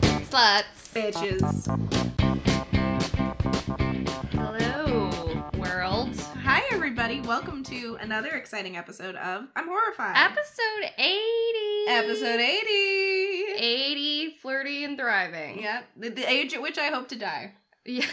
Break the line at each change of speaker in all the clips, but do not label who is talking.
sluts.
Bitches.
Hello, world.
Hi, everybody. Welcome to another exciting episode of I'm Horrified.
Episode 80.
Episode 80.
80, flirty and thriving.
Yep. The, the age at which I hope to die.
Yeah.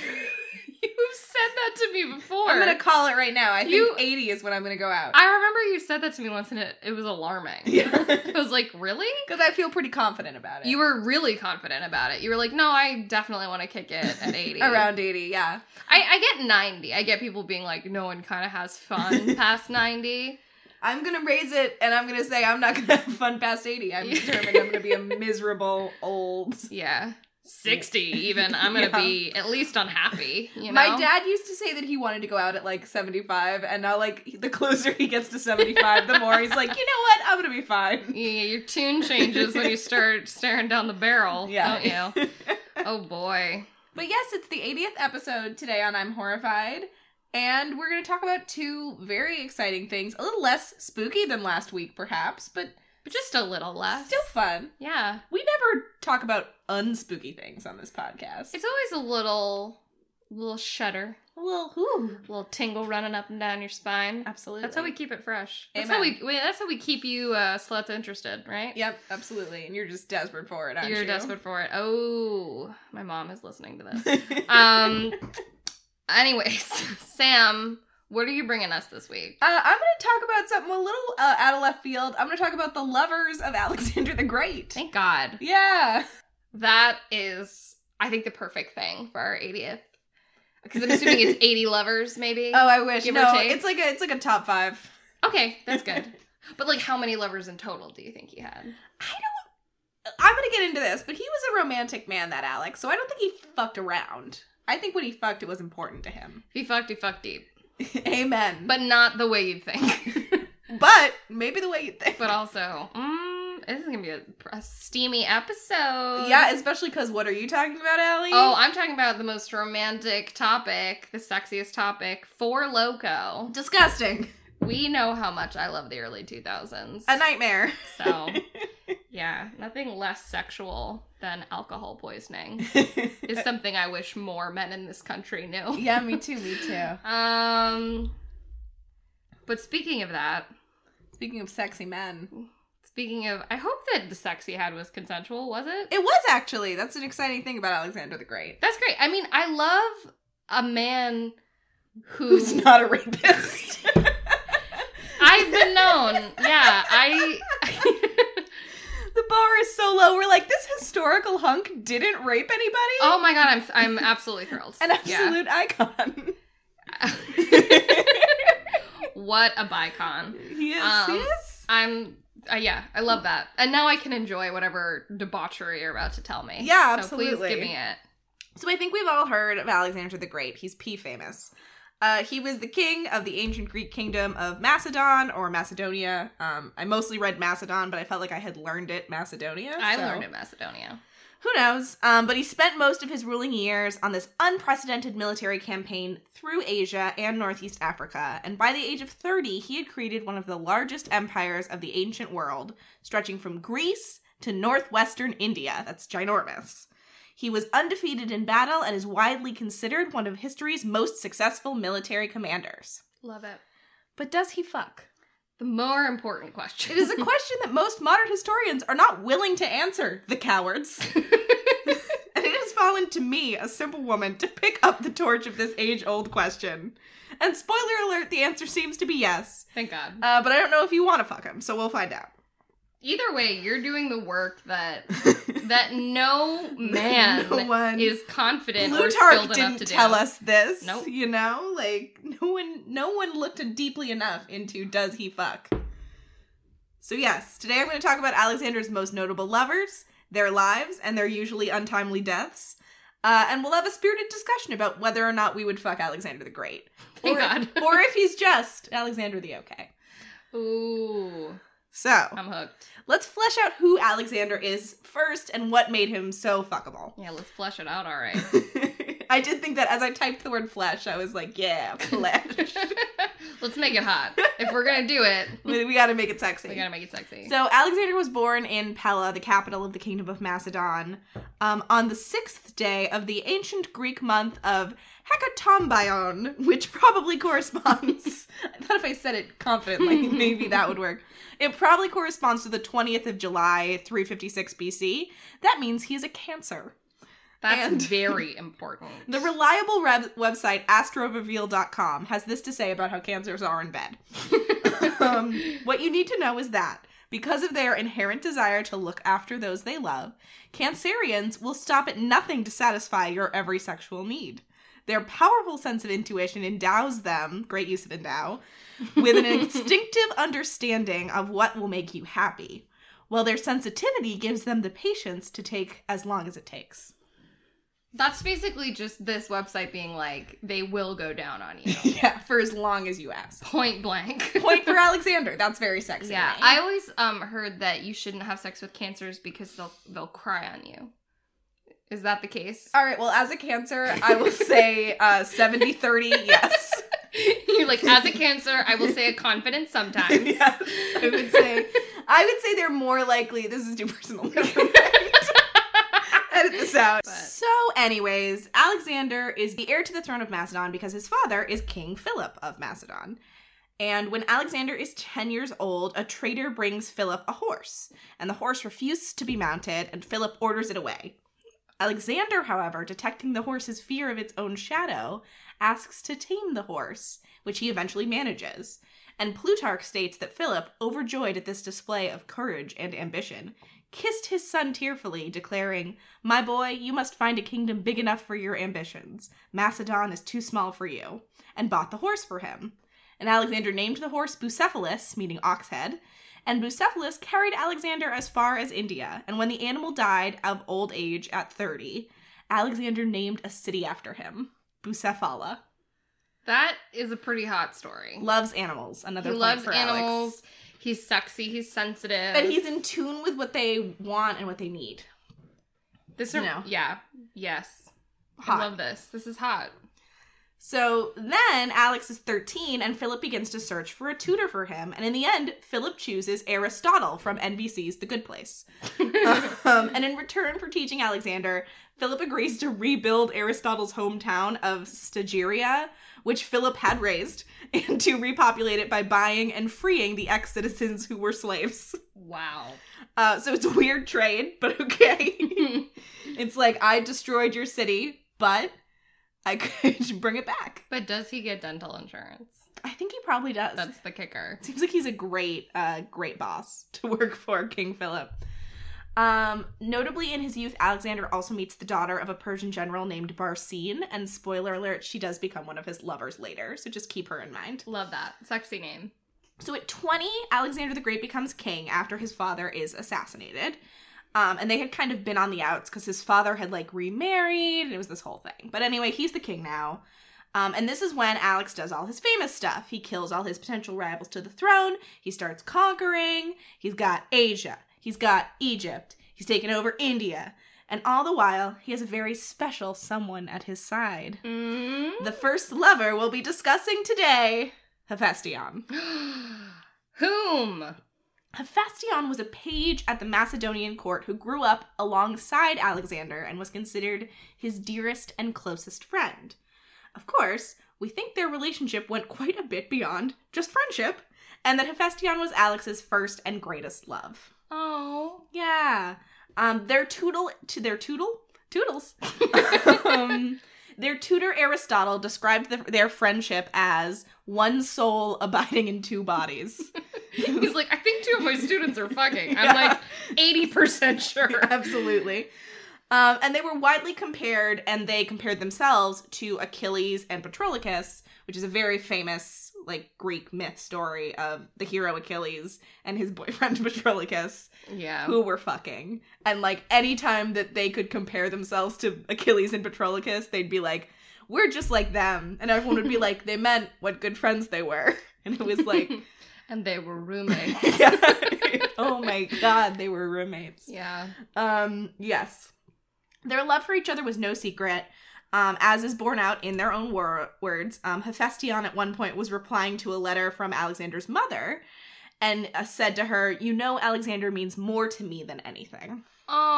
You've said that to me before.
I'm going to call it right now. I think
You-
80 is when I'm going to go out.
I remember you said that to me once and it, it was alarming. I
Because
was like, really?
I feel pretty confident about it.
You were really confident about it. You were like, no, I definitely want to kick it at 80.
around 80, yeah.
I, I get 90. I get people being like, no one kind of has fun past 90.
I'm going to raise it and I'm going to say I'm not going to have fun past 80. I'm determined I'm going to be a miserable old.
Yeah. 60 even. I'm going to
Yeah.
be at least unhappy, you know?
My dad used to say that he wanted to go out at like 75, and now, like, he- the closer he gets to 75, the more he's like, you know what? I'm gonna be fine.
Yeah, your tune changes when you start staring down the barrel,
Yeah.
don't you? Oh boy.
but yes, it's the 80th episode today on I'm Horrified, and we're gonna talk about two very exciting things. A little less spooky than last week, perhaps, but
But just a little less.
still fun.
yeah.
We never talk about unspooky things on this podcast.
It's always a little little shudder,
a little, whew.
a little tingle running up and down your spine.
Absolutely.
That's how we keep it fresh. That's how we
Amen.
wait, that's how we keep you uh sluts interested, right?
Yep, absolutely. And you're just desperate for it, aren't
You're
you?
desperate for it. Oh, my mom is listening to this.
um,
Um anyways, Sam, what are you bringing us this week?
Uh, I'm going to talk about something a little uh, out of left field. I'm going to talk about the lovers of Alexander the Great.
Thank God.
Yeah.
That is, I think, the perfect thing for our 80th. Because I'm assuming it's 80 lovers, maybe.
Oh, I wish.
Give or
no,
take.
it's like a it's like a top five.
okay, that's good. But like, how many lovers in total do you think he had?
I'm going to get into this, but he was a romantic man, that Alex. So I don't think he fucked around. I think when he fucked, it was important to him.
If he fucked, he fucked deep,
Amen.
but not the way you'd think.
but maybe the way you think.
but also, mm, this is gonna be a, a steamy episode.
yeah, especially because what are you talking about, Allie?
Um, Oh, I'm talking about the most romantic topic, the sexiest topic for Loco.
disgusting.
We know how much I love the early 2000s.
A nightmare.
So, yeah, nothing less sexual than alcohol poisoning is
Uh,
something I wish more men in this country knew.
yeah, me too. Me too.
Um, but speaking of that,
Speaking of sexy men.
speaking of, I hope that the sex he had was consensual, was it?
It was actually. That's an exciting thing about Alexander the Great.
That's great. I mean, I love a man
who's
who
not a rapist.
I've been known. Yeah, I.
the bar is so low. We're like, this historical hunk didn't rape anybody.
oh my god, I'm I'm absolutely thrilled.
An absolute icon.
Yeah. what a bicon.
He is.
Um,
he is.
I'm uh, yeah, I love that, and now I can enjoy whatever debauchery you're about to tell me.
Yeah,
So please
absolutely.
give me it.
So I think we've all heard of Alexander the Great. He's P famous. Uh, he was the king of the ancient Greek kingdom of Macedon or Macedonia. Um, I mostly read Macedon, but I felt like I had learned it Macedonia.
I
so-
learned in Macedonia.
Who knows? Um, but he spent most of his ruling years on this unprecedented military campaign through Asia and Northeast Africa. And by the age of 30, he had created one of the largest empires of the ancient world, stretching from Greece to northwestern India. That's ginormous. He was undefeated in battle and is widely considered one of history's most successful military commanders.
Love it.
But does he fuck?
The more important question.
It is a question that most modern historians are not willing to answer, the cowards. and it has fallen to me, a simple woman, to pick up the torch of this age old question. And spoiler alert, the answer seems to be yes.
Thank God.
Uh, but I don't know if you want to fuck him, so we'll find out.
Either way, you're doing the work that that no man
No one-
is confident or skilled
Plutarch
enough
didn't
to do.
tell us this.
Nope.
You know, like no one no one looked deeply enough into does he fuck. So yes, today I'm going to talk about Alexander's most notable lovers, their lives, and their usually untimely deaths. Uh, and we'll have a spirited discussion about whether or not we would fuck Alexander the Great.
Thank
or,
God.
or if he's just Alexander the Okay.
Ooh,
So
I'm hooked.
let's flesh out who Alexander is first and what made him so fuckable.
Yeah, let's flesh it out. All right.
I did think that as I typed the word flesh, I was like, yeah, flesh.
Let's make it hot. If we're gonna do it,
we, we got to make it sexy.
we gotta make it sexy.
So Alexander was born in Pella, the capital of the kingdom of Macedon, um, on the sixth day of the ancient Greek month of Hecatombion, which probably corresponds. I thought if I said it confidently, maybe that would work. It probably corresponds to the twentieth of July, three fifty-six BC. That means he is a Cancer.
That's
and-
very important.
The reliable rev- website astroreveal.com has this to say about how cancers are in bed. um, what you need to know is that because of their inherent desire to look after those they love, cancerians will stop at nothing to satisfy your every sexual need. Their powerful sense of intuition endows them, great use of endow, with an instinctive understanding of what will make you happy, while their sensitivity gives them the patience to take as long as it takes.
That's basically just this website being like, they will go down on you.
Yeah, for as long as you ask.
Point blank.
point for Alexander. That's very sexy.
yeah.
to me.
I always um heard that you shouldn't have sex with cancers because they'll they'll cry on you. Is that the case?
All right. Well, as a cancer, I will say uh, 70 30, yes.
You're like, as a cancer, I will say a confidence sometimes.
yes. I would say I would say they're more likely this is too personal. Edit this out.
But-
So, anyways, Alexander is the heir to the throne of Macedon because his father is King Philip of Macedon. And when Alexander is 10 years old, a traitor brings Philip a horse, and the horse refuses to be mounted, and Philip orders it away. Alexander, however, detecting the horse's fear of its own shadow, asks to tame the horse, which he eventually manages. And Plutarch states that Philip, overjoyed at this display of courage and ambition, kissed his son tearfully, declaring, My boy, you must find a kingdom big enough for your ambitions. Macedon is too small for you, and bought the horse for him. And Alexander named the horse Bucephalus, meaning ox head, and Bucephalus carried Alexander as far as India. And when the animal died of old age at 30, Alexander named a city after him, Bucephala.
That is a pretty hot story.
Loves animals. Another
he
point
loves
for Alex.
animals. He's sexy. He's sensitive.
But he's in tune with what they want and what they need.
this.
you
rem-
know.
Yeah. Yes.
Hot.
I love this. This is hot.
So then Alex is 13 and Philip begins to search for a tutor for him. And in the end, Philip chooses Aristotle from NBC's The Good Place. um, and in return for teaching Alexander, Philip agrees to rebuild Aristotle's hometown of Stagiria, which Philip had raised, and to repopulate it by buying and freeing the ex citizens who were slaves.
Wow.
Uh, so it's a weird trade, but okay. it's like, I destroyed your city, but I could bring it back.
But does he get dental insurance?
I think he probably does.
That's the kicker.
Seems like he's a great, uh, great boss to work for, King Philip. Um, notably in his youth, Alexander also meets the daughter of a Persian general named Barsine, and spoiler alert, she does become one of his lovers later, so just keep her in mind.
Love that. Sexy name.
So at 20, Alexander the Great becomes king after his father is assassinated. Um, and they had kind of been on the outs because his father had like remarried and it was this whole thing. But anyway, he's the king now. Um, and this is when Alex does all his famous stuff. He kills all his potential rivals to the throne. He starts conquering. He's got Asia. He's got Egypt. He's taken over India. And all the while, he has a very special someone at his side.
Mm-hmm.
The first lover we'll be discussing today Hephaestion.
Whom?
Hephaestion was a page at the Macedonian court who grew up alongside Alexander and was considered his dearest and closest friend. Of course, we think their relationship went quite a bit beyond just friendship, and that Hephaestion was Alex's first and greatest love.
Oh.
Yeah. Um, their toodle to their toodle toodles. um, their tutor Aristotle described the, their friendship as one soul abiding in two bodies.
He's like, I think two of my students are fucking. I'm
Yeah.
like 80% sure.
Absolutely. Um, and they were widely compared, and they compared themselves to Achilles and Patroclus, which is a very famous like Greek myth story of the hero Achilles and his boyfriend Patroclus,
Yeah.
who were fucking. And like any time that they could compare themselves to Achilles and Patroclus, they'd be like, "We're just like them," and everyone would be like, "They meant what good friends they were," and it was like,
And they were roommates.
"Oh my god, they were roommates."
yeah.
Um, yes. Their love for each other was no secret, Um, as is borne out in their own wor- words, um, Hephaestion at one point was replying to a letter from Alexander's mother and uh, said to her, You know, Alexander means more to me than anything.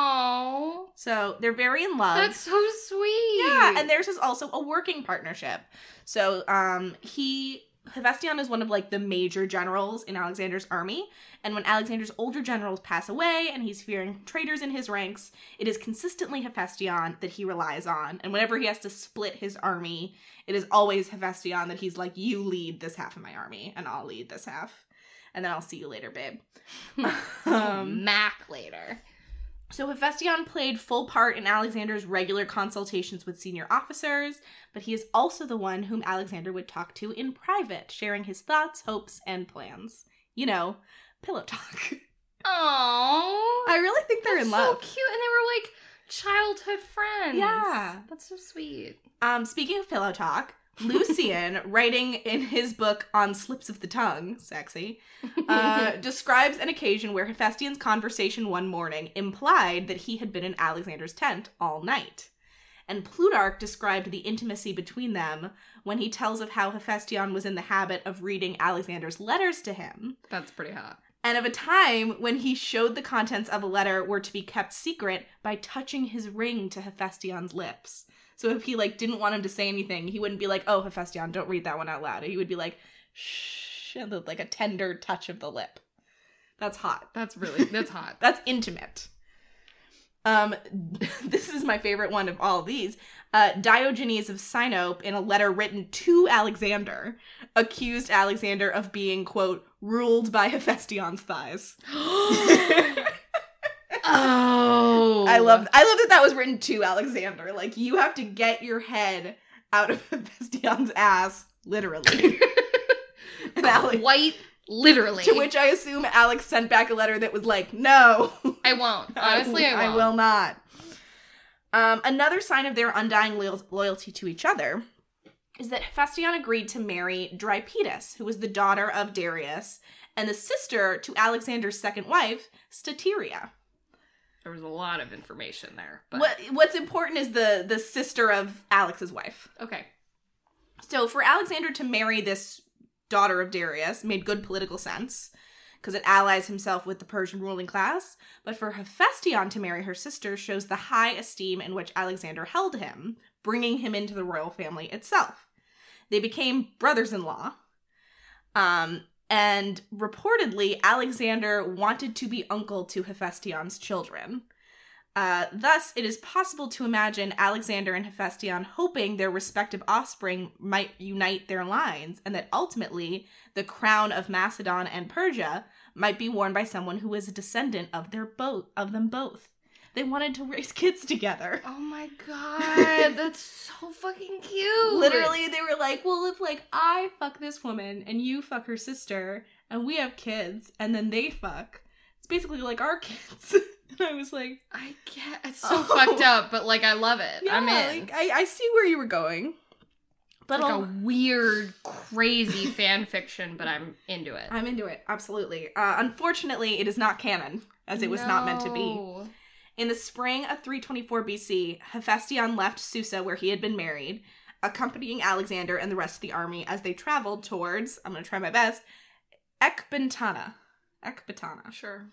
Oh,
So they're very in love.
that's so sweet.
Yeah, and theirs is also a working partnership. So um he Hephaestion is one of like the major generals in Alexander's army, and when Alexander's older generals pass away and he's fearing traitors in his ranks, it is consistently Hephaestion that he relies on. And whenever he has to split his army, it is always Hephaestion that he's like, "You lead this half of my army, and I'll lead this half, and then I'll see you later, babe." Um,
Oh, Mac later.
So Hephaestion played full part in Alexander's regular consultations with senior officers, but he is also the one whom Alexander would talk to in private, sharing his thoughts, hopes, and plans. You know, pillow talk.
Oh,
I really think they're in
so
love.
cute, and they were like childhood friends.
Yeah.
that's so sweet.
Um, speaking of pillow talk, Lucian, writing in his book on slips of the tongue, sexy, uh, describes an occasion where Hephaestion's conversation one morning implied that he had been in Alexander's tent all night. And Plutarch described the intimacy between them when he tells of how Hephaestion was in the habit of reading Alexander's letters to him,
that's pretty hot.
and of a time when he showed the contents of a letter were to be kept secret by touching his ring to Hephaestion's lips. So if he like didn't want him to say anything, he wouldn't be like, "Oh, Hephaestion, don't read that one out loud." He would be like, "Shh," and with, like a tender touch of the lip. That's hot.
That's really that's hot.
That's intimate. Um, this is my favorite one of all these. Uh, Diogenes of Sinope, in a letter written to Alexander, accused Alexander of being, quote, ruled by Hephaestion's thighs.
oh,
I love, I love that that was written to Alexander. Like, you have to get your head out of Hephaestion's ass, literally. And Alex-
Quite literally.
to which I assume Alex sent back a letter that was like, no.
I won't. Honestly, I, won't.
will not. Um, another sign of their undying loyal- loyalty to each other is that Hephaestion agreed to marry Drypetus, who was the daughter of Darius and the sister to Alexander's second wife, Stateria.
There was a lot of information there, but
What, what's important is the, the sister of Alex's wife.
okay.
So for Alexander to marry this daughter of Darius made good political sense because it allies himself with the Persian ruling class, but for Hephaestion to marry her sister shows the high esteem in which Alexander held him, bringing him into the royal family itself. They became brothers-in-law. Um and reportedly Alexander wanted to be uncle to Hephaestion's children. Uh, thus, it is possible to imagine Alexander and Hephaestion hoping their respective offspring might unite their lines, and that ultimately the crown of Macedon and Persia might be worn by someone who was a descendant of their both of them both. They wanted to raise kids together.
Oh my god, that's so fucking cute.
Literally, they were like, "Well, if like I fuck this woman and you fuck her sister, and we have kids, and then they fuck, it's basically like our kids." and I was like,
I get it's so
Oh.
fucked up, but like I love it.
"Yeah,
I'm in.
like, I, I see where you were going." But
It's like
I'll-
a weird, crazy fan fiction, but I'm into it.
I'm into it, absolutely. Uh, unfortunately, it is not canon, as it was not meant to be.
No.
In the spring of 324 BC, Hephaestion left Susa, where he had been married, accompanying Alexander and the rest of the army as they traveled towards, I'm going to try my best, Ecbatana. Ecbatana.
Sure.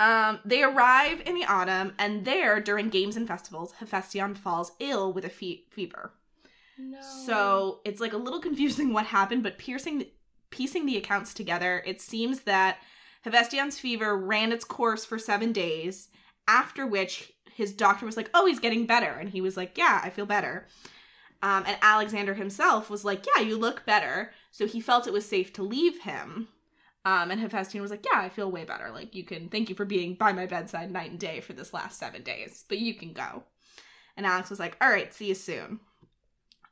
Um, they arrive in the autumn, and there, during games and festivals, Hephaestion falls ill with a fe- fever.
No.
So it's like a little confusing what happened, but piercing piecing the accounts together, it seems that Hephaestion's fever ran its course for seven days, after which his doctor was like, "Oh, he's getting better," and he was like, "Yeah, I feel better." Um, and Alexander himself was like, "Yeah, you look better." So he felt it was safe to leave him. Um, and Hephaestion was like, "Yeah, I feel way better. Like you can thank you for being by my bedside night and day for this last seven days, but you can go." And Alex was like, "All right, see you soon."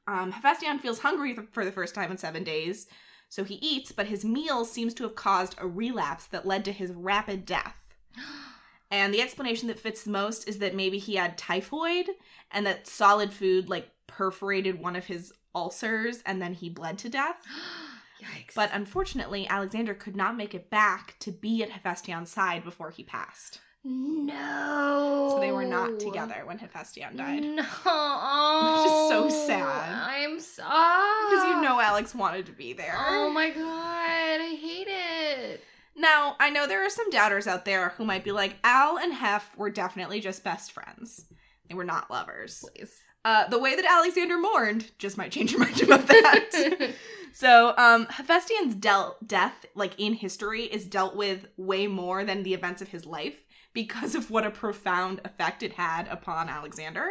Um, Hephaestion feels hungry th- for the first time in seven days, so he eats, but his meal seems to have caused a relapse that led to his rapid death. And the explanation that fits the most is that maybe he had typhoid and that solid food like perforated one of his ulcers and then he bled to death.
Yikes.
But unfortunately, Alexander could not make it back to be at Hephaestion's side before he passed.
No.
um, So they were
Oh.
not together when Hephaestion died.
No.
so sad.
I'm sorry.
Because you know Alex wanted to be there.
Oh my god, I hate it.
Now, I know there are some doubters out there who might be like, Al and Hef were definitely just best friends. They were not lovers.
Please.
Uh, the way that Alexander mourned just might change your mind about that. so, um, Hephaestion's del- death, like in history, is dealt with way more than the events of his life because of what a profound effect it had upon Alexander.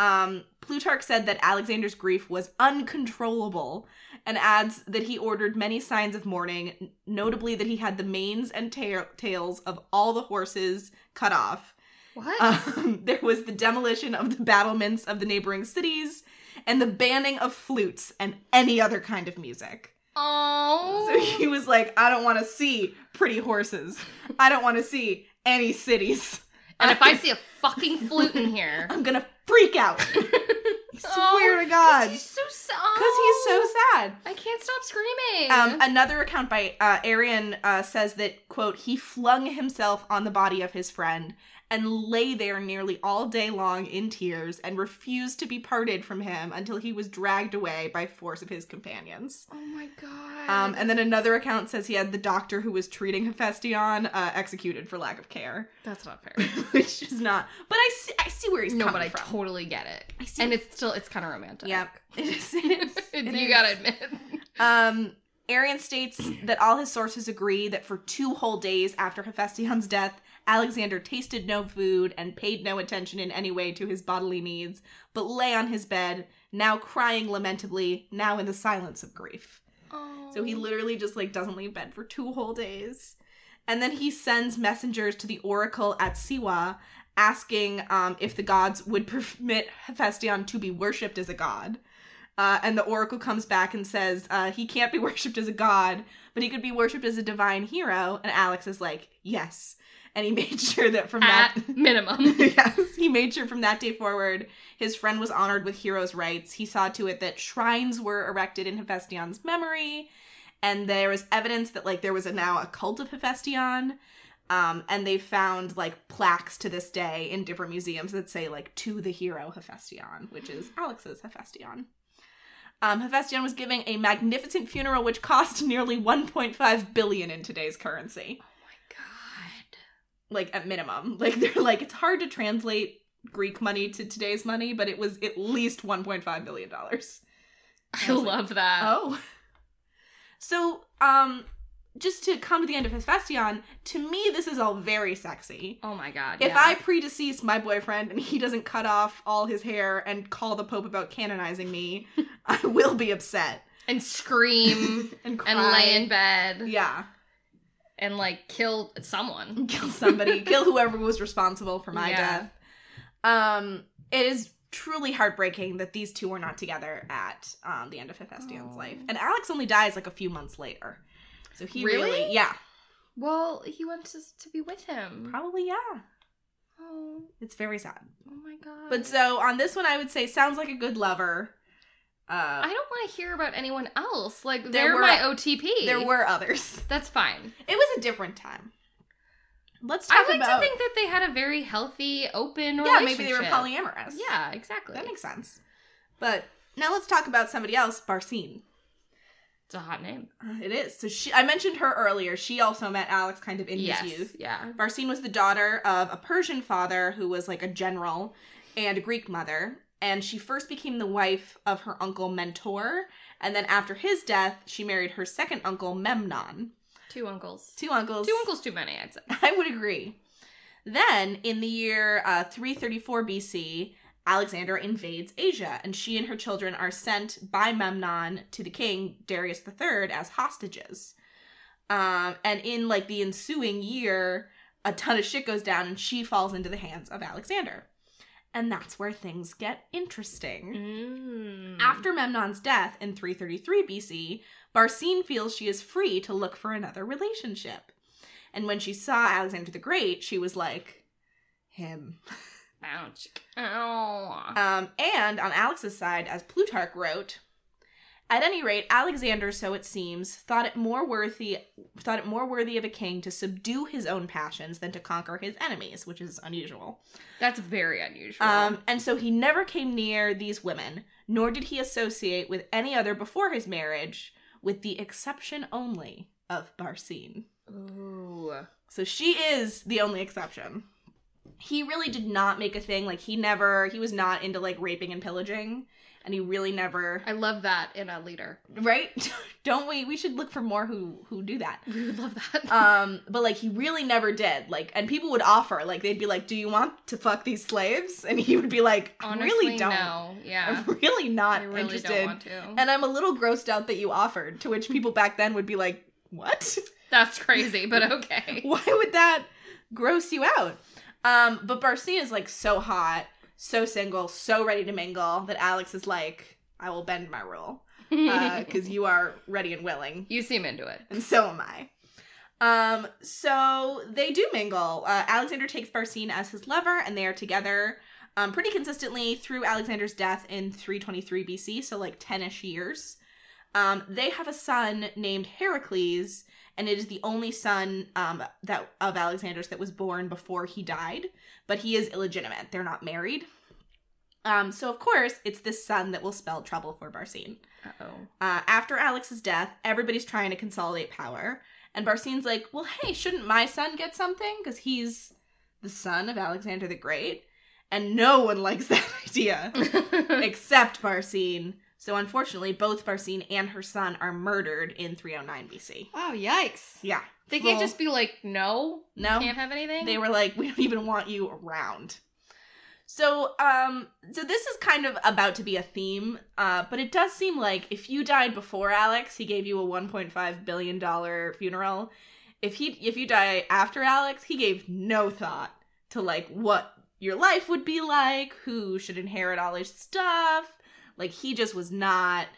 Um, Plutarch said that Alexander's grief was uncontrollable and adds that he ordered many signs of mourning, n- notably that he had the manes and tail tails of all the horses cut off.
what?
Um, there was the demolition of the battlements of the neighboring cities and the banning of flutes and any other kind of music.
oh.
So he was like, I don't want to see pretty horses. I don't want to see any cities.
and if I see a fucking flute in here, Oh,
I'm going to freak out. Swear to God.
because he's so sad.
Because he's so sad.
I can't stop screaming.
Um, another account by uh, Arian uh, says that, quote, he flung himself on the body of his friend and lay there nearly all day long in tears and refused to be parted from him until he was dragged away by force of his companions.
oh my god.
Um, and then another account says he had the doctor who was treating Hephaestion uh, executed for lack of care,
that's not fair.
which is not. But I see, I see where he's
No, but
coming
I
from.
totally get it.
I see.
And it's still it's kind of romantic.
Yep. It is. It is. It
you
is.
gotta admit.
Um, Arian states that all his sources agree that for two whole days after Hephaestion's death, Alexander tasted no food and paid no attention in any way to his bodily needs, but lay on his bed, now crying lamentably, now in the silence of grief. So
Oh.
he literally just like doesn't leave bed for two whole days. And then he sends messengers to the oracle at Siwa asking um, if the gods would permit Hephaestion to be worshipped as a god. Uh, and the oracle comes back and says uh, he can't be worshipped as a god, but he could be worshipped as a divine hero. And Alex is like, yes. And he made sure that from that
at minimum.
yes, he made sure from that day forward, his friend was honored with heroes' rights. He saw to it that shrines were erected in Hephaestion's memory, and there was evidence that like there was a, now a cult of Hephaestion. Um, and they found like plaques to this day in different museums that say like to the hero Hephaestion, which is Alex's Hephaestion. Um, Hephaestion was giving a magnificent funeral, which cost nearly 1.5 billion in today's currency
Oh God.
like at minimum. Like they're like it's hard to translate Greek money to today's money, but it was at least 1.5 billion dollars.
I
I was like,
love that.
Oh. So, um just to come to the end of Hephaestion, to me this is all very sexy.
Oh my god.
If
yeah.
I predecease my boyfriend and he doesn't cut off all his hair and call the pope about canonizing me, I will be upset
and scream
and cry.
and lay in bed
yeah,
and like kill someone.
kill somebody, kill whoever was responsible for my
Yeah.
death. Um, it is truly heartbreaking that these two were not together at um, the end of Hephaestion's
Oh.
life, and Alex only dies like a few months later. So he really,
Really?
yeah,
Well, he wants us to be with him.
probably yeah.
Oh,
It's very sad.
oh my god.
But so on this one, I would say sounds like a good lover. Uh,
I don't want to hear about anyone else. Like
There
they're
were-
my OTP.
there were others.
That's fine.
It was a different time. Let's talk
I like
about
to think that they had a very healthy, open
yeah,
relationship.
maybe they were polyamorous.
Yeah, exactly.
that makes sense. But now let's talk about somebody else, Barcine.
It's a hot name.
It is. So she I mentioned her earlier. She also met Alex kind of in
yes.
his youth.
Yeah.
Barcine was the daughter of a Persian father who was like a general and a Greek mother. And she first became the wife of her uncle Mentor. And then after his death, she married her second uncle Memnon.
Two uncles.
Two uncles.
Two uncles too many, I'd say.
I would agree. Then in the year uh, 334 BC, Alexander invades Asia, and she and her children are sent by Memnon to the king Darius III as hostages. Um, and in like the ensuing year, a ton of shit goes down, and she falls into the hands of Alexander. And that's where things get interesting.
Mm.
After Memnon's death in 333 BC, Barcine feels she is free to look for another relationship. And when she saw Alexander the Great, she was like, him.
Ouch. Ow. Oh.
Um, and on Alex's side, as Plutarch wrote, At any rate, Alexander, so it seems, thought it more worthy thought it more worthy of a king to subdue his own passions than to conquer his enemies, which is unusual.
That's very unusual.
Um, and so he never came near these women, nor did he associate with any other before his marriage, with the exception only of Barcine.
Ooh.
So she is the only exception. He really did not make a thing. Like he never, he was not into like raping and pillaging, and he really never.
I love that in a leader.
Right? Don't we? We should look for more who who do that.
We would love that.
Um, but like he really never did. Like, and people would offer, like they'd be like, "Do you want to fuck these slaves?" And he would be like, "I
Honestly,
really don't.
no. Yeah.
I'm really not
I really
interested."
don't want to.
And I'm a little grossed out that you offered. To which people back then would be like, "What?"
That's crazy, but okay.
Why would that gross you out? Um, but Barcia is like so hot, so single, so ready to mingle that Alex is like, I will bend my rule because you are ready and willing,
you seem into it.
and so am I. Um, so they do mingle. Uh, Alexander takes Barcine as his lover, and they are together um, pretty consistently through Alexander's death in 323 BC, so like 10 ish years. Um, they have a son named Heracles, and it is the only son um, that of Alexander's that was born before he died, but he is illegitimate. They're not married. Um, so, of course, it's this son that will spell trouble for Barcine.
Uh oh.
Uh, after Alex's death, everybody's trying to consolidate power. And Barcine's like, well, hey, shouldn't my son get something? Because he's the son of Alexander the Great. And no one likes that idea except Barcine. So unfortunately, both Barcine and her son are murdered in 309 BC.
wow, yikes.
Yeah.
They can't
Well-
just be like, no,
No?
can't have anything.
They were like, we don't even want you around. So, um, so this is kind of about to be a theme, uh, but it does seem like if you died before Alex, he gave you a 1.5 billion dollar funeral. If he, if you die after Alex, he gave no thought to like what your life would be like, who should inherit all his stuff. Like he just was not.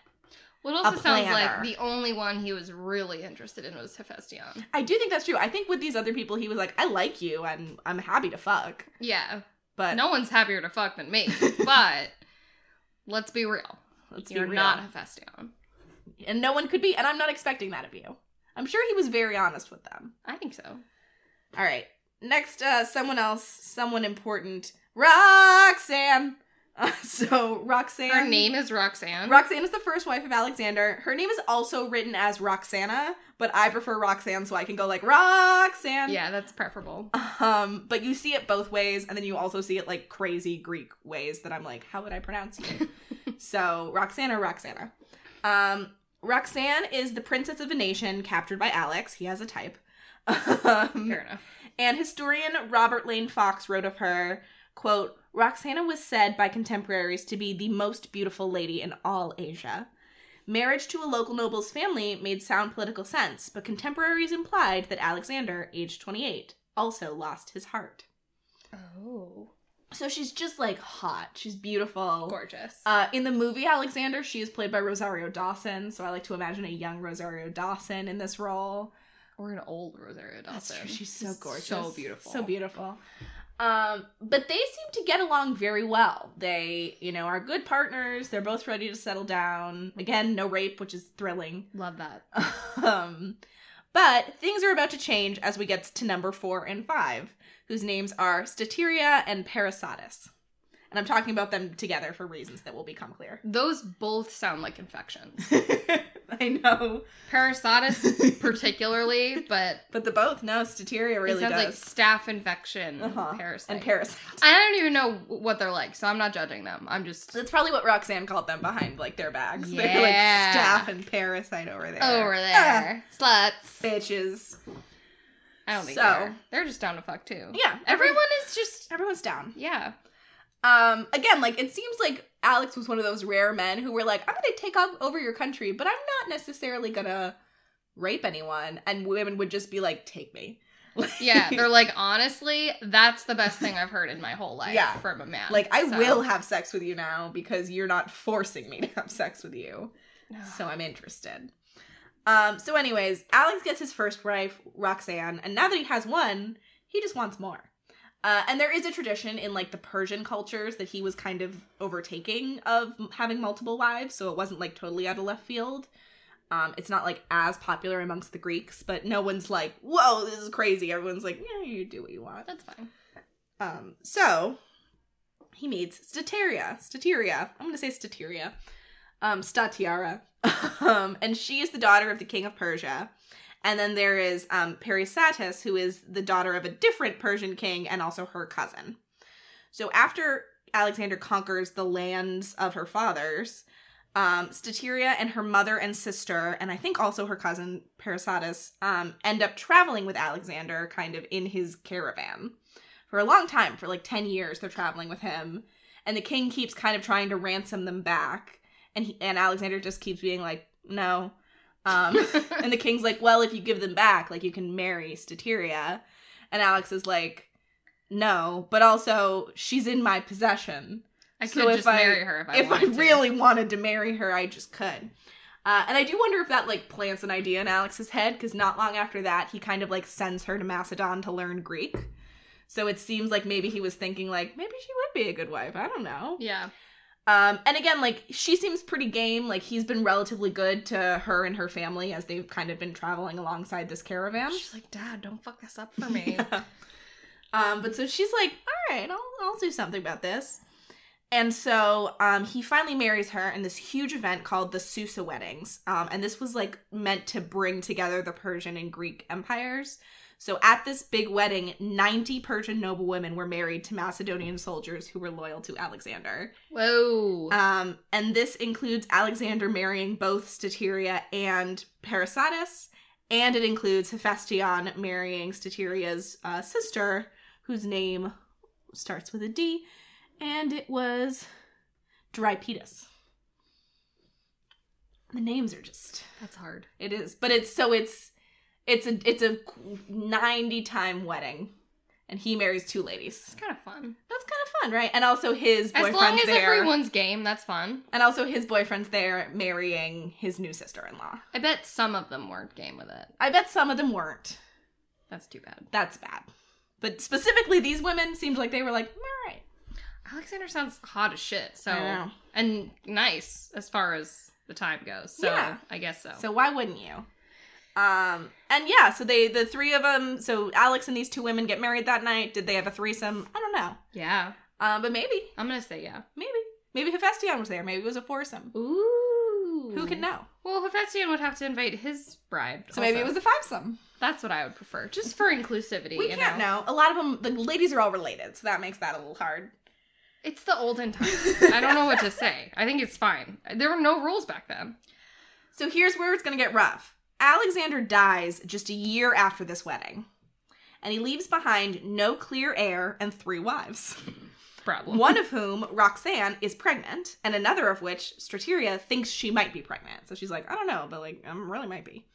what also
a
sounds like
planner.
the only one he was really interested in was Hephaestion.
I do think that's true. I think with these other people, he was like, I like you, and I'm happy to fuck.
Yeah.
But
no one's happier to fuck than me. but let's be real.
let's
You're
be real.
not Hephaestion.
and no one could be and i'm not expecting that of you i'm sure he was very honest with them
I think so.
all right next uh someone else someone important roxanne Uh, so roxanne
Her name is Roxanne.
roxanne is the first wife of alexander her name is also written as roxana but i prefer roxanne so i can go like roxanne
yeah, that's preferable.
um but you see it both ways and then you also see it like crazy greek ways that i'm like how would i pronounce you so roxana roxana um roxanne is the princess of a nation captured by alex he has a type um,
Fair enough.
and historian robert lane fox wrote of her quote roxana was said by contemporaries to be the most beautiful lady in all asia marriage to a local noble's family made sound political sense but contemporaries implied that alexander aged 28 also lost his heart
Oh.
so she's just like hot she's beautiful
Gorgeous.
uh, in the movie Alexander, she is played by Rosario Dawson, so I like to imagine a young Rosario Dawson in this role.
or an old Rosario Dawson.
That's true. She's so gorgeous,
So beautiful.
so beautiful. Um, but they seem to get along very well. They, you know, are good partners. They're both ready to settle down. Again, no rape, which is thrilling.
Love that.
um, but things are about to change as we get to number four and five, whose names are Stateria and Parasatis. And I'm talking about them together for reasons that will become clear.
Those both sound like infections.
I know.
Parasitis, particularly, but
But the both, no, Stateria
it
really
sounds
does.
like staph infection,
Uh-huh.
parasite.
and parasite.
I don't even know what they're like, so I'm not judging them. I'm just
That's probably what Roxanne called them behind like their bags. They're like
Yeah.
staff and parasite over there.
over
Ah,
there. Sluts.
bitches.
I don't think so.
So-
They're. they're just down to fuck too.
Yeah. Everyone
Everyone is just
everyone's down.
yeah.
Um again, like it seems like Alex was one of those rare men who were like, I'm gonna take up over your country, but I'm not necessarily gonna rape anyone and women would just be like, Take me.
Yeah. They're like, honestly, that's the best thing I've heard in my whole life
Yeah.
from a man.
like I
So-
will have sex with you now because you're not forcing me to have sex with you. so I'm interested. Um, so, anyways, Alex gets his first wife, Roxanne, and now that he has one, he just wants more. Uh, and there is a tradition in like the Persian cultures that he was kind of overtaking of m- having multiple wives, so it wasn't like totally out of left field. Um, it's not like as popular amongst the Greeks, but no one's like, "Whoa, this is crazy." Everyone's like, "Yeah, you do what you want."
That's fine.
Um, so he meets Stateria. Stateria. I'm gonna say Stateria. Um, Statiara. um, and she is the daughter of the king of Persia. And then there is um Perisatis, who is the daughter of a different Persian king and also her cousin. So after Alexander conquers the lands of her fathers, um, Stateria and her mother and sister, and I think also her cousin Perisatis, um, end up traveling with Alexander kind of in his caravan for a long time for like 10 years they're traveling with him and the king keeps kind of trying to ransom them back and he and alexander just keeps being like no um and the king's like well if you give them back like you can marry stateria and alex is like no but also she's in my possession
I could
So if
just
I-
marry her if I
if i
wanted to.
really wanted to marry her i just could uh, and i do wonder if that like plants an idea in alex's head because not long after that he kind of like sends her to macedon to learn greek so it seems like maybe he was thinking like maybe she would be a good wife i don't know
Yeah.
um, and again, like she seems pretty game. Like he's been relatively good to her and her family as they've kind of been traveling alongside this caravan.
She's like, Dad, don't fuck this up for me.
Um, but so she's like, all right, I'll, I'll do something about this. And so um, he finally marries her in this huge event called the Susa Weddings. Um, and this was like meant to bring together the Persian and Greek empires. So at this big wedding, 90 Persian noblewomen were married to Macedonian soldiers who were loyal to Alexander.
Whoa.
Um, and this includes Alexander marrying both Stateria and Parasatis, and it includes Hephaestion marrying Statiria's uh, sister, whose name starts with a D, and it was Drypetus. The names are just
That's hard.
it is, but it's so it's it's a it's a ninety time wedding, and he marries two ladies.
It's kind of fun.
That's kind of fun, right? And also his
As
boyfriend's
long as
there.
everyone's game, that's fun.
And also, his boyfriend's there marrying his new sister in law.
I bet some of them weren't game with it.
I bet some of them weren't.
That's too bad.
That's bad. But specifically, these women seemed like they were like, all right.
Alexander sounds hot as shit. So
I know.
and nice as far as the time goes. So
Yeah.
I guess so.
So why wouldn't you? Um, and yeah, so they, the three of them, so Alex and these two women get married that night. Did they have a threesome? I don't know.
yeah,
Um, but maybe,
I'm gonna say yeah.
maybe, maybe Hephaestion was there. Maybe it was a foursome.
Ooh,
Who can know?
Well, Hephaestion would have to invite his bride.
So maybe it
also.
was a fivesome.
That's what I would prefer, just for inclusivity.
We
you
can't know. A lot of them, the ladies are all related, so that makes that a little hard.
It's the olden times. I don't know what to say. I think it's fine. There were no rules back then.
So here's where it's going to get rough. Alexander dies just a year after this wedding, and he leaves behind no clear heir and three wives,
Problem.
one of whom, Roxanne, is pregnant, and another of which, Strateria, thinks she might be pregnant. So she's like, I don't know, but like, I really might be.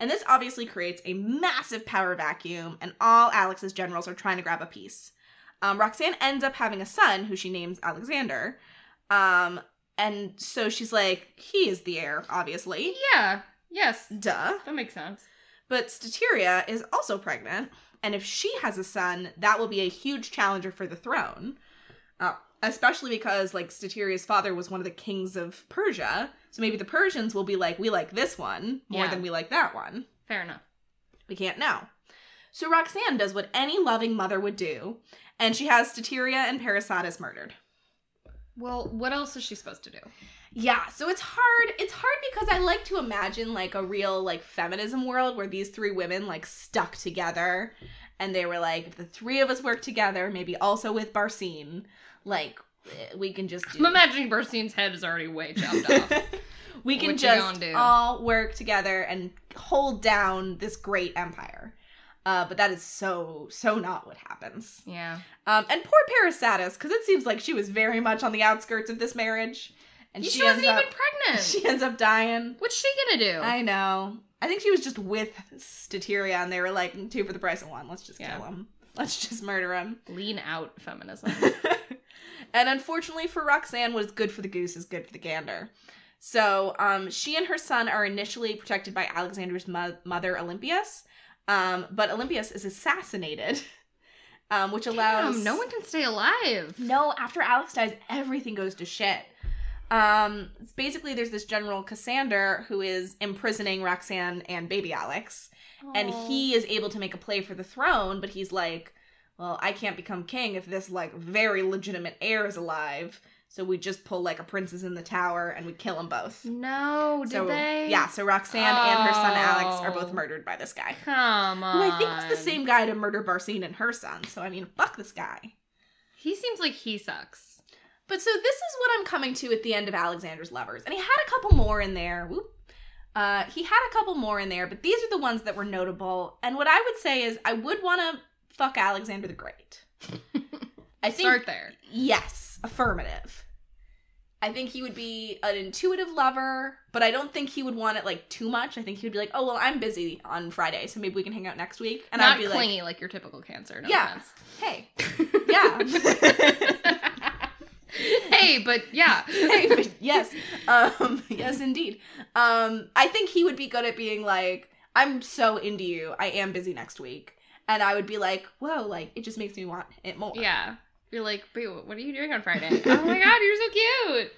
And this obviously creates a massive power vacuum, and all Alex's generals are trying to grab a piece. Um, Roxanne ends up having a son who she names Alexander. Um, and so she's like, he is the heir, obviously.
Yeah. Yes.
Duh.
That makes sense.
But Stateria is also pregnant, and if she has a son, that will be a huge challenger for the throne. Uh, especially because, like, Stateria's father was one of the kings of Persia, so maybe the Persians will be like, we like this one more
Yeah.
than we like that one.
Fair enough.
We can't know. So Roxanne does what any loving mother would do, and she has Stateria and Parasatis murdered.
Well, what else is she supposed to do?
Yeah, so it's hard. It's hard because I like to imagine like a real like feminism world where these three women like stuck together and they were like if the three of us work together, maybe also with Barcine, like eh, we can just
I'm
do
imagining Bernstein's head is already way chopped off.
we can
What you gonna
just
do?
all work together and hold down this great empire. Uh, but that is so so not what happens.
Yeah.
Um, and poor Parasatis, because it seems like she was very much on the outskirts of this marriage, and
she,
she,
wasn't
ends
even
up
pregnant.
she ends up dying.
What's she gonna do?
I know. I think she was just with Stateria, and they were like, two for the price of one. Let's just
Yeah.
kill him. Let's just murder him.
Lean out feminism.
and unfortunately for Roxanne, what is good for the goose is good for the gander. So um, she and her son are initially protected by Alexander's mo- mother, Olympias, um, but Olympias is assassinated. um, which allows
Damn, no one can stay alive.
No, after Alex dies, everything goes to shit. Um, basically, there's this general Cassander who is imprisoning Roxanne and baby Alex, and
Aw.
he is able to make a play for the throne, but he's like, well, I can't become king if this like very legitimate heir is alive. So we just pull like a princess in the tower and we kill them both.
No, did
so
they?
yeah, so Roxanne and her son Alex are
Oh.
both murdered by this guy.
Come
Who
on.
I think was the same guy to murder Barcine and her son. So I mean, fuck this guy.
He seems like he sucks.
But so this is what I'm coming to at the end of Alexander's Lovers. And he had a couple more in there. Whoop. Uh, he had a couple more in there, but these are the ones that were notable. And what I would say is I would want to fuck Alexander the Great. I think
Start there.
yes, affirmative. I think he would be an intuitive lover, but I don't think he would want it like too much. I think he would be like, "Oh, well, I'm busy on Friday, so maybe we can hang out next week." And
Not
I'd be
clingy like, your typical cancer. No
Yeah.
offense.
like, "Hey, yeah."
hey, but yeah.
yes, um, yes, indeed. Um, I think he would be good at being like, I'm so into you. I am busy next week, and I would be like, whoa, like it just makes me want it more.
Yeah. You're like, wait, what are you doing on Friday? oh my god, you're so cute.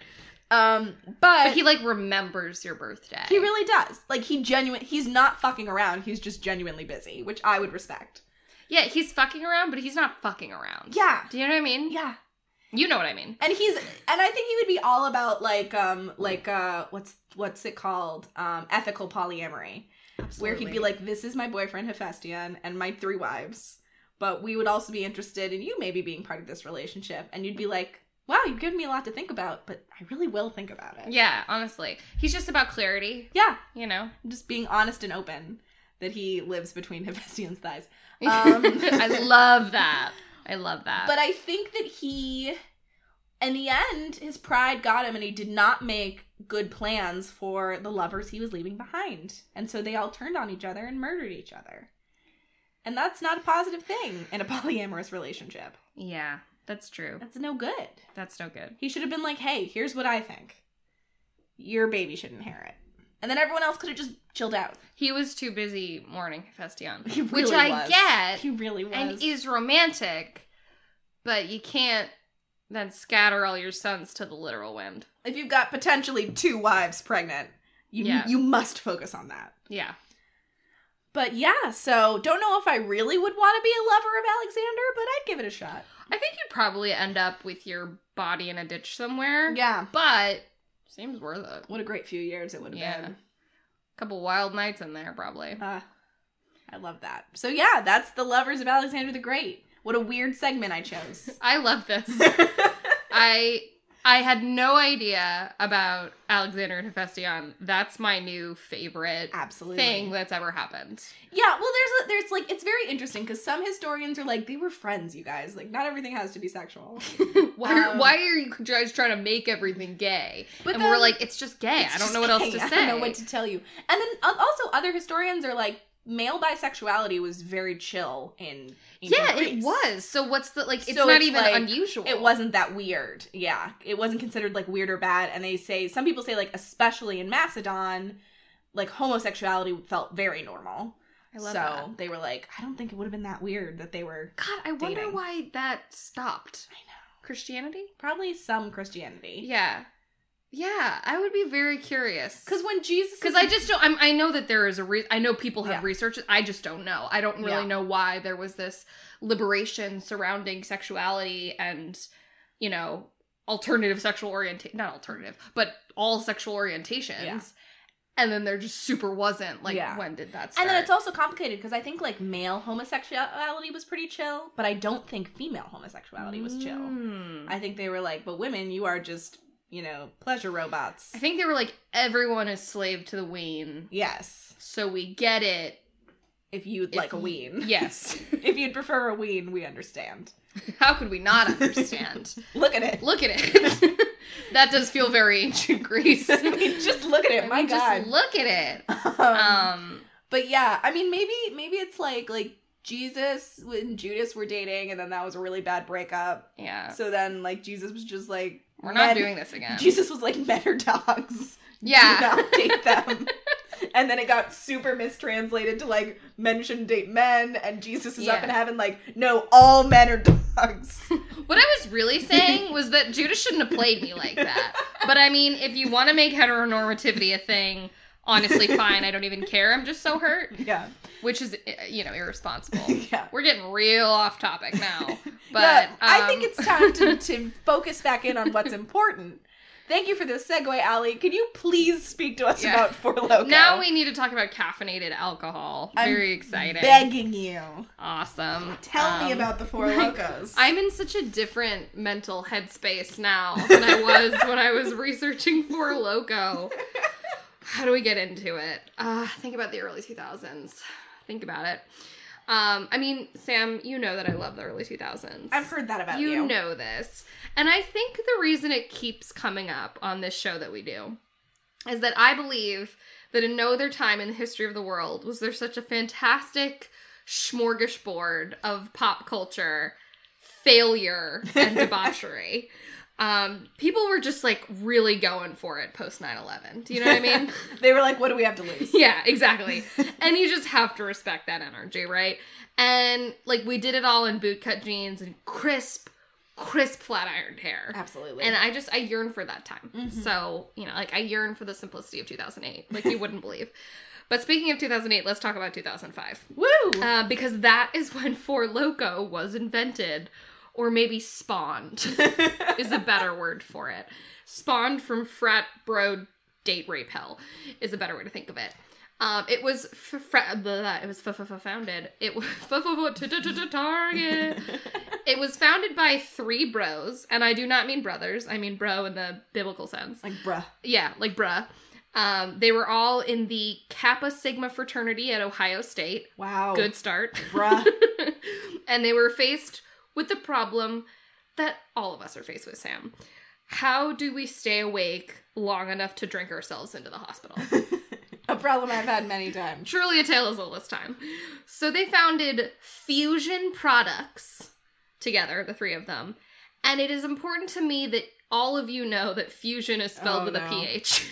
Um, but,
But he like remembers your birthday.
he really does. Like he genuine. He's not fucking around. He's just genuinely busy, which I would respect.
Yeah, he's fucking around, but he's not fucking around.
Yeah.
Do you know what I mean?
Yeah,
You know what I mean.
and he's and I think he would be all about like um like uh what's what's it called um ethical polyamory. where he'd be like, "This is my boyfriend Hephaestion and my three wives, but we would also be interested in you maybe being part of this relationship." And you'd be like, "Wow, you've given me a lot to think about, but I really will think about it."
Yeah, honestly. He's just about clarity,
yeah,
you know?
just being honest and open that he lives between Hephaestion's thighs. Um.
I love that. I love that.
But I think that he, in the end, his pride got him, and he did not make good plans for the lovers he was leaving behind, and so they all turned on each other and murdered each other. And that's not a positive thing in a polyamorous relationship.
yeah, that's true.
That's no good.
That's no good.
He should have been like, "Hey, here's what I think. Your baby should inherit." And then everyone else could have just chilled out.
He was too busy mourning Hephaestion,
He
which
really
I
was.
get
He really was.
and is romantic, but you can't then scatter all your sons to the literal wind.
if you've got potentially two wives pregnant, you
Yeah.
you must focus on that.
Yeah.
But yeah, so don't know if I really would want to be a lover of Alexander, but I'd give it a shot.
I think you'd probably end up with your body in a ditch somewhere.
Yeah.
But seems worth it.
What a great few years it would have
Yeah.
been.
couple wild nights in there, probably.
Uh, I love that. So yeah, that's the lovers of Alexander the Great. What a weird segment I chose.
I love this. I I had no idea about Alexander and Hephaestion. That's my new favorite
Absolutely.
thing that's ever happened.
Yeah, well there's a, there's like it's very interesting cuz some historians are like they were friends, you guys. Like not everything has to be sexual.
Why, are
Um,
why are you guys trying to make everything gay?
But
and
then-
we're like, it's just gay.
It's
I don't
just
know what else
gay.
to say.
I don't know what to tell you. And then uh, also other historians are like male bisexuality was very chill in ancient
yeah, it
Greece.
was. So what's the like? It's
So
not
it's
even
like-
unusual.
It wasn't that weird. Yeah. It wasn't considered like weird or bad. And they say, some people say, like, especially in Macedon, like homosexuality felt very normal.
I love
so
that.
they were like, I don't think it would have been that weird that they were
God, I wonder
dating.
why that stopped.
I know.
Christianity?
probably some Christianity.
Yeah, yeah. I would be very curious
Because when Jesus.
Because I just don't. I'm, I know that there is a. Re- I know people have
Yeah.
researched it. I just don't know. I don't really
Yeah.
know why there was this liberation surrounding sexuality and, you know, alternative sexual orientation. Not alternative, but all sexual orientations.
Yeah.
And then there just super wasn't. Like,
Yeah.
when did that start?
And then it's also complicated because I think, like, male homosexuality was pretty chill, but I don't think female homosexuality was chill.
Mm.
I think they were like, but women, you are just, you know, pleasure robots.
I think they were like, everyone is slave to the ween,
Yes.
so we get it.
If you'd
If
like a
you-
ween.
Yes.
If you'd prefer a ween, we understand.
How could we not understand?
Look at it.
Look at it. that does feel very ancient Greece.
I mean, just look at
I
it.
mean,
My
just
God.
look at it.
Um,
Um,
but yeah, I mean, maybe maybe it's like like Jesus and Judas were dating, and then that was a really bad breakup.
yeah,
So then like Jesus was just like,
we're not
men-
doing this again.
Jesus was like, men are dogs. Do
yeah,
not date them. and then it got super mistranslated to like men shouldn't date men, and Jesus is up
Yeah.
in heaven like, no, all men are dogs.
What I was really saying was that Judas shouldn't have played me like that. But I mean, if you want to make heteronormativity a thing, honestly, fine. I don't even care. I'm just so hurt,
yeah,
which is, uh, you know, irresponsible.
yeah.
We're getting real off topic now. But
yeah, I think
um,
it's time to, to focus back in on what's important. Thank you for this segue, Allie. Can you please speak to us
Yeah.
about Four Loko?
Now we need to talk about caffeinated alcohol.
I'm
Very exciting.
begging you.
awesome.
Tell me
Um,
about the Four Locos.
I'm in such a different mental headspace now than I was when I was researching for Loco. How do we get into it? Uh, think about the early 2000s. Think about it. Um, I mean, Sam, you know that I love the early 2000s.
I've heard that about you.
you, know this. And I think the reason it keeps coming up on this show that we do is that I believe that in no other time in the history of the world was there such a fantastic smorgasbord of pop culture failure and debauchery. Um, people were just like really going for it post 9 11. Do you know what I mean?
They were like, what do we have to lose?
Yeah, exactly. and you just have to respect that energy, right? And like we did it all in bootcut jeans and crisp, crisp flat ironed hair.
Absolutely.
And I just I yearn for that time.
Mhm.
So you know, like I yearn for the simplicity of 2008. Like you wouldn't believe. But speaking of 2008, let's talk about 2005
Woo!
uh, because that is when Four Loco was invented, or maybe spawned is a better word for it. Spawned from frat bro date rape hell is a better way to think of it. Um, it was f- fra- blah, blah, it was f- f- f- founded. It was f- f- f- t- t- t- t- target. It was founded by three bros, and I do not mean brothers. I mean bro in the biblical sense.
like, bruh.
Yeah, like bruh. Um, they were all in the Kappa Sigma fraternity at Ohio State.
Wow.
Good start.
Bruh.
and they were faced with the problem that all of us are faced with, Sam. How do we stay awake long enough to drink ourselves into the hospital?
a problem I've had many times.
Truly a tale as old as time. So they founded Fusion Products together, the three of them. And it is important to me that all of you know that fusion is spelled
Oh,
with
no.
a PH.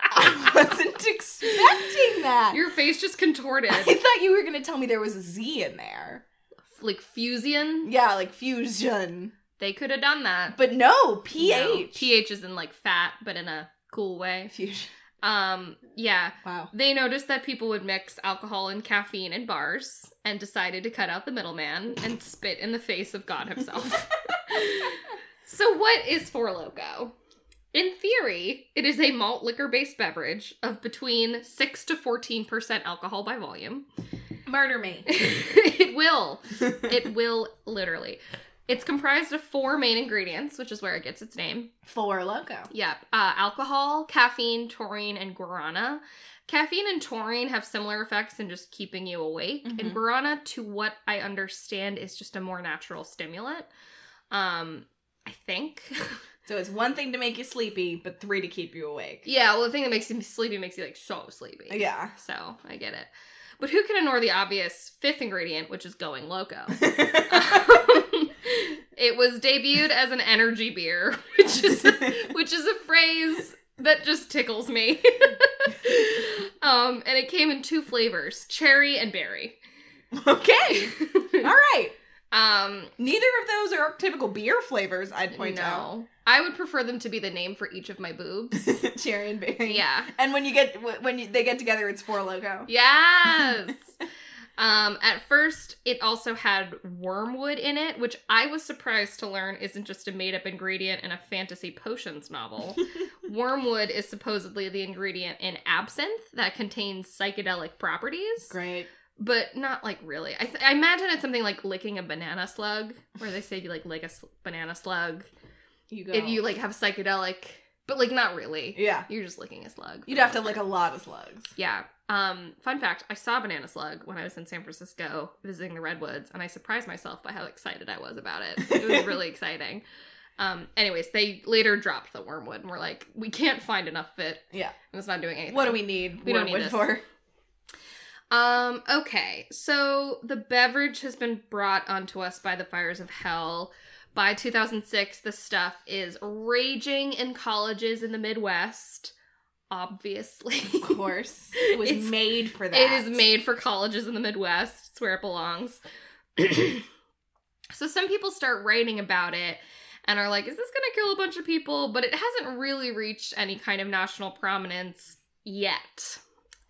I wasn't expecting that.
Your face just
I
contorted.
thought you were going to tell me there was a Z in there.
like fusion.
Yeah, like fusion.
They could have done that.
But no,
No,
PH.
pH is in like fat, but in a cool way.
Fusion.
Um, yeah.
Wow.
They noticed that people would mix alcohol and caffeine in bars and decided to cut out the middleman and spit in the face of God himself. so what is Four Loco? In theory, it is a malt liquor-based beverage of between 6 to 14% alcohol by volume.
Murder me.
it will. It will literally. It's comprised of four main ingredients, which is where it gets its name.
Four loco.
Yep. Uh, alcohol, caffeine, taurine, and guarana. Caffeine and taurine have similar effects in just keeping you awake.
Mhm.
And guarana, to what I understand, is just a more natural stimulant. Um, I think.
So it's one thing to make you sleepy, but three to keep you awake.
yeah, well, the thing that makes you sleepy makes you like so sleepy.
Yeah.
So I get it. But who can ignore the obvious fifth ingredient, which is going loco? it was debuted as an energy beer, which is which is a phrase that just tickles me. um, and it came in two flavors, cherry and berry.
okay. All right.
um,
Neither of those are typical beer flavors, I'd point out.
no, I would prefer them to be the name for each of my boobs.
Cherry and berry.
yeah.
And when you get wh- when you, they get together, it's four loco.
Yes. um, at first, it also had wormwood in it, which I was surprised to learn isn't just a made up ingredient in a fantasy potions novel. wormwood is supposedly the ingredient in absinthe that contains psychedelic properties,
Great.
but not like really. I, th- I imagine it's something like licking a banana slug, where they say you like lick a sl- banana slug
You go.
if you like have psychedelic, but like not really.
yeah.
You're just licking a slug.
You'd have to lick a lot of slugs.
Yeah. Um, fun fact, I saw Banana Slug when I was in San Francisco visiting the Redwoods, and I surprised myself by how excited I was about it. It was really exciting. Um, anyways, they later dropped the wormwood and were like, we can't find enough of it.
Yeah.
And it's not doing anything.
What do we need?
We don't need
wormwood
this.
for.
Um, okay. So the beverage has been brought onto us by the fires of hell. By 2006, the stuff is raging in colleges in the Midwest, obviously.
Of course. It was
It's-
made for that.
It is made for colleges in the Midwest. It's where it belongs. so some people start writing about it and are like, is this going to kill a bunch of people? But it hasn't really reached any kind of national prominence yet.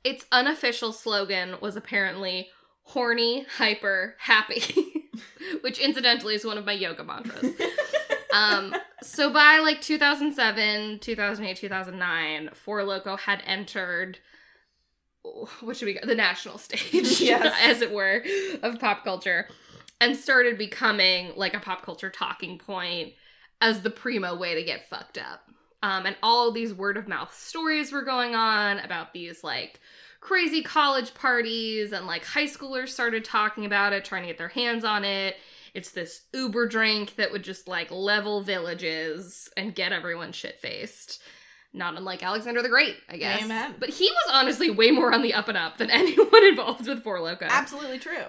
Its unofficial slogan was apparently horny, hyper, happy, which incidentally is one of my yoga mantras um so by like 2007 2008 2009 four loco had entered what should we go the national stage
Yes.
as it were of pop culture and started becoming like a pop culture talking point as the primo way to get fucked up um, and all these word of mouth stories were going on about these like crazy college parties and like high schoolers started talking about it trying to get their hands on it it's this uber drink that would just like level villages and get everyone shit faced not unlike alexander the great i guess
Amen.
but he was honestly way more on the up and up than anyone involved with four loco
Absolutely true.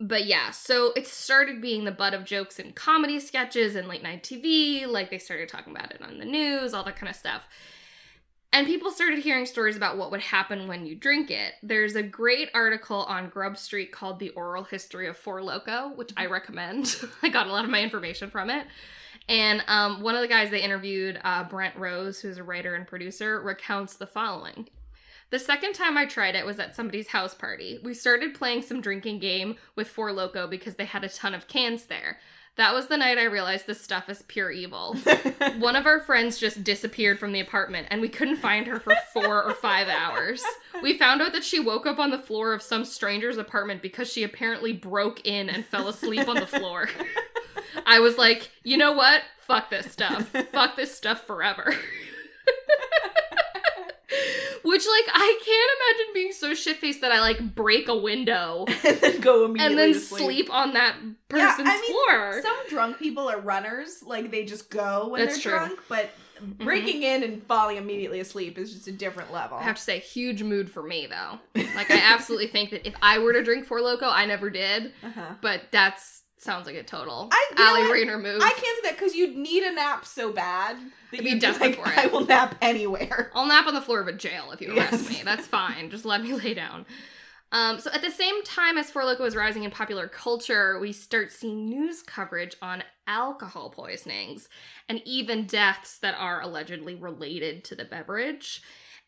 but yeah, so it started being the butt of jokes in comedy sketches and late night TV. Like they started talking about it on the news, all that kind of stuff. And people started hearing stories about what would happen when you drink it. There's a great article on Grub Street called The Oral History of Four Loco, which I recommend. I got a lot of my information from it. And um, one of the guys they interviewed, uh, Brent Rose, who's a writer and producer, recounts the following. The second time I tried it was at somebody's house party. We started playing some drinking game with Four Loco because they had a ton of cans there. That was the night I realized this stuff is pure evil. One of our friends just disappeared from the apartment and we couldn't find her for four or five hours. We found out that she woke up on the floor of some stranger's apartment because she apparently broke in and fell asleep on the floor. I was like, you know what? Fuck this stuff. Fuck this stuff forever. Which, like, I can't imagine being so shit faced that I, like, break a window
and then go
and
immediately
then
to
sleep. on that
Yeah, I
person's
mean,
floor.
Some drunk people are runners, like they just go when
That's
they're
true. Mm-hmm.
drunk, but breaking in and falling immediately asleep is just a different level.
I have to say, huge mood for me though. Like, I absolutely think that if I were to drink Four Loco, I never did.
uh-huh.
But that's sounds like a total
I- you know
Allie
what?
Rayner move.
I can't say that because you'd need a nap so bad that
I'd be
you'd
desperate for it.
I will nap anywhere.
I'll nap on the floor of a jail if you arrest
Yes.
me. That's fine. Just let me lay down. Um, so at the same time as Four Loko is rising in popular culture, we start seeing news coverage on alcohol poisonings and even deaths that are allegedly related to the beverage.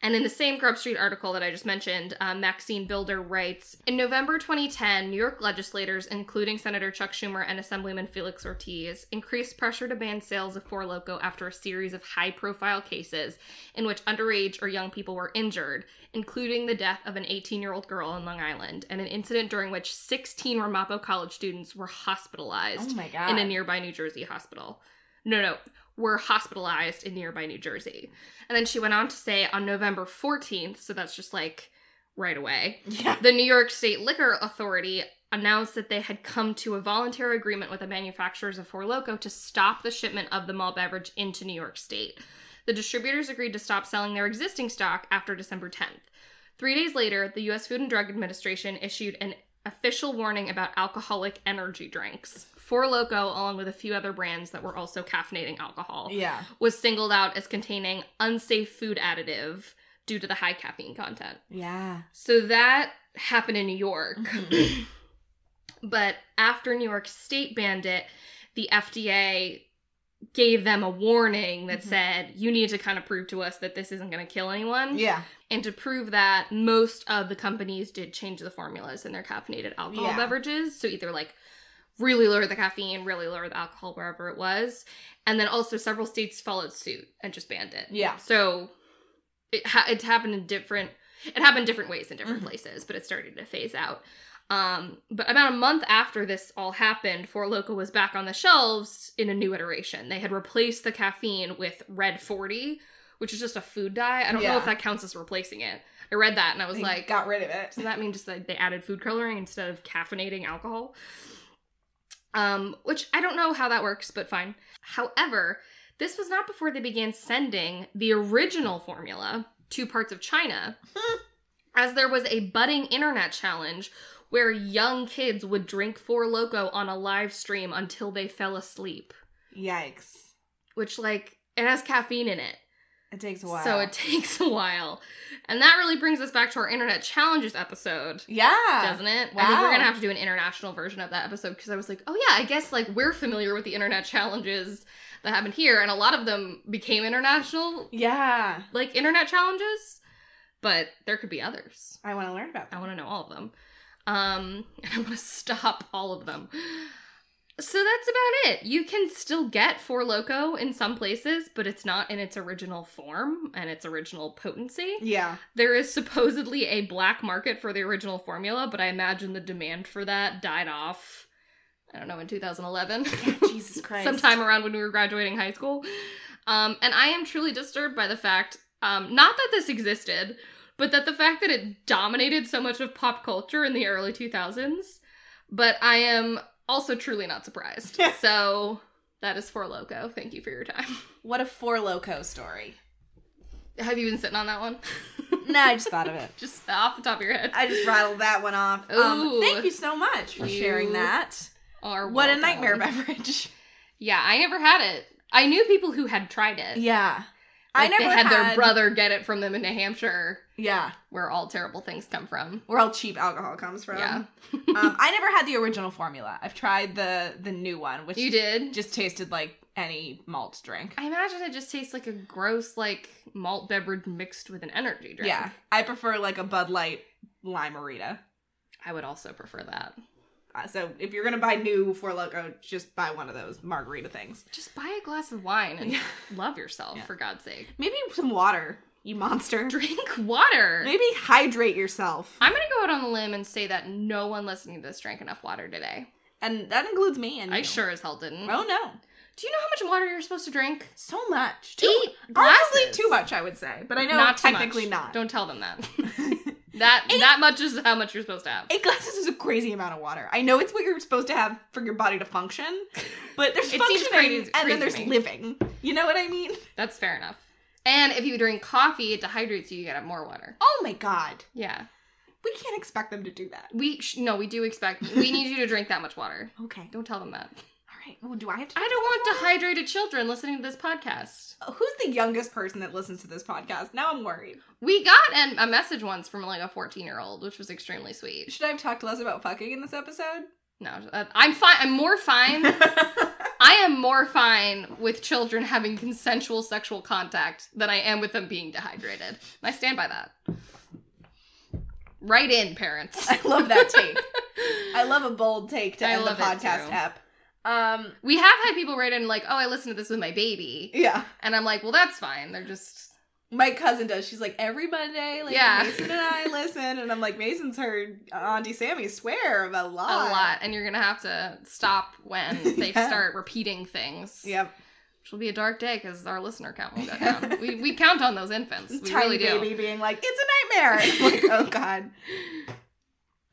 And in the same Grub Street article that I just mentioned, uh, Maxine Builder writes In November 2010, New York legislators, including Senator Chuck Schumer and Assemblyman Felix Ortiz, increased pressure to ban sales of Four Loko after a series of high profile cases in which underage or young people were injured, including the death of an 18 year old girl in Long Island and an incident during which 16 Ramapo college students were hospitalized
Oh my god!
in a nearby New Jersey hospital. No, no, were hospitalized in nearby New Jersey. And then she went on to say on November 14th, so that's just like right away,
yeah.
the New York State Liquor Authority announced that they had come to a voluntary agreement with the manufacturers of Four Loko to stop the shipment of the malt beverage into New York State. The distributors agreed to stop selling their existing stock after December 10th. Three days later, the U.S. Food and Drug Administration issued an official warning about alcoholic energy drinks. Four Loko, along with a few other brands that were also caffeinating alcohol,
Yeah.
was singled out as containing unsafe food additive due to the high caffeine content.
Yeah.
So that happened in New York.
Mhm.
but after New York State banned it, the FDA gave them a warning that
Mhm.
said, you need to kind of prove to us that this isn't going to kill anyone.
Yeah.
And to prove that, most of the companies did change the formulas in their caffeinated alcohol
Yeah.
beverages. So either like really lower the caffeine, really lower the alcohol, wherever it was. And then also several states followed suit and just banned it.
Yeah.
So it ha- it happened in different it happened different ways in different
Mhm.
places, but it started to phase out. Um, but about a month after this all happened, Four Loko was back on the shelves in a new iteration. They had replaced the caffeine with Red 40, which is just a food dye. I don't know
Yeah.
if that counts as replacing it. I read that and I was
They
like,
got rid of it.
does that mean just like they added food coloring instead of caffeinating alcohol? Um, which I don't know how that works, but fine. However, this was not before they began sending the original formula to parts of China, as there was a budding internet challenge where young kids would drink Four Loco on a live stream until they fell asleep,
Yikes.
which, like, it has caffeine in it.
It takes a while.
So it takes a while. And that really brings us back to our internet challenges episode.
yeah.
Doesn't it? I think we're
Wow.
gonna have to do an international version of that episode because I was like, oh yeah, I guess like we're familiar with the internet challenges that happened here, and a lot of them became international,
Yeah.
like internet challenges. But there could be others.
I want to learn about
I
that.
want to know all of them. Um, and I want to stop all of them. So that's about it. You can still get Four Loco in some places, but it's not in its original form and its original potency.
Yeah.
There is supposedly a black market for the original formula, but I imagine the demand for that died off, I don't know, in 2011.
Jesus Christ.
Sometime around when we were graduating high school. Um, and I am truly disturbed by the fact, um, not that this existed, but that the fact that it dominated so much of pop culture in the early 2000s. But I am also truly not surprised. so that is for Loco. Thank you for your time.
What a four loco story.
Have you been sitting on that one?
no, I just thought of it.
Just off the top of your head.
I just rattled that one off. Um,
Ooh.
thank you so much for
You
sharing that.
Or
What
welcome.
a nightmare beverage.
Yeah, I never had it. I knew people who had tried it.
Yeah. I
Like,
never
they had, their brother get it from them in New Hampshire,
Yeah.
where all terrible things come from.
Where all cheap alcohol comes from.
Yeah,
um, I never had the original formula. I've tried the the new one, which
you did.
just tasted like any malt drink.
I imagine it just tastes like a gross, like malt beverage mixed with an energy drink.
Yeah, I prefer like a Bud Light limerita.
I would also prefer that.
Uh, so if you're gonna buy new Four Loco, just buy one of those margarita things.
Just buy a glass of wine and
Yeah.
love yourself,
Yeah.
for God's sake.
Maybe some water, you monster.
Drink water.
Maybe hydrate yourself,
I'm gonna go out on a limb and say that no one listening to this drank enough water today.
and that includes me. And
I
you.
sure as hell didn't.
Oh no,
Do you know how much water you're supposed to drink?
so much.
Eight
honestly,
glasses.
too much. I would say, but I know
Not too
technically
much.
not.
Don't tell them that. that that much is how much you're supposed to have.
Eight glasses is a crazy amount of water. I know it's what you're supposed to have for your body to function, but there's
It
functioning
seems crazy-
and
crazy
then
to
there's
me.
living. You know what I mean?
That's fair enough. And if you drink coffee, it dehydrates you. You get more water.
Oh my god,
Yeah,
we can't expect them to do that.
we sh- no, we do expect we need you to drink that much water.
Okay,
Don't tell them that.
all right. Well, do I have to?
I don't want dehydrated children listening to this podcast.
Who's the youngest person that listens to this podcast? Now I'm worried.
We got an, a message once from like a 14 year old, which was extremely sweet.
Should I have talked less about fucking in this episode?
No, uh, I'm fine. I'm more fine. I am more fine with children having consensual sexual contact than I am with them being dehydrated. And I stand by that. Right in, parents.
I love that take. I love a bold take to
I
end the
love it
podcast
too.
app. Um,
we have had people write in like, "Oh, I listened to this with my baby,"
yeah.
and I'm like, "Well, that's fine. They're just
My cousin does. She's like every Monday, like
Yeah.
Mason and I listen, and I'm like Mason's heard Auntie Sammy swear about a lot,
a lot, and you're gonna have to stop when they
Yeah.
start repeating things."
Yep,
Which will be a dark day because our listener count will go down. we we count on those infants. We really
tiny
do.
baby being like it's a nightmare. I'm like, oh god.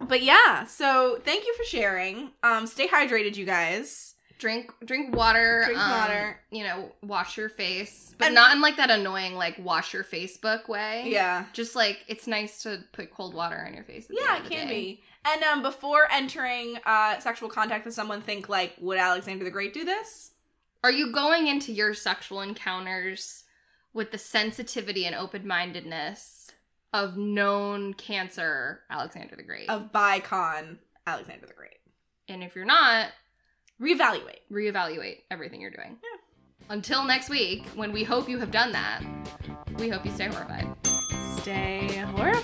But yeah, so thank you for sharing. Um, stay hydrated, you guys.
drink drink water
Drink
um,
water.
you know wash your face but
And-
not in like that annoying like wash your facebook way
Yeah,
just like it's nice to put cold water on your face at the
yeah,
end
it
of the
can
day.
be. And um, before entering uh sexual contact with someone, think like, would Alexander the Great do this?
are you going into your sexual encounters with the sensitivity and open-mindedness of known cancer alexander the great
Of bicon Alexander the Great.
and if you're not
Reevaluate.
reevaluate everything you're doing until next week when we hope you have done that we hope you stay horrified
Stay horrified.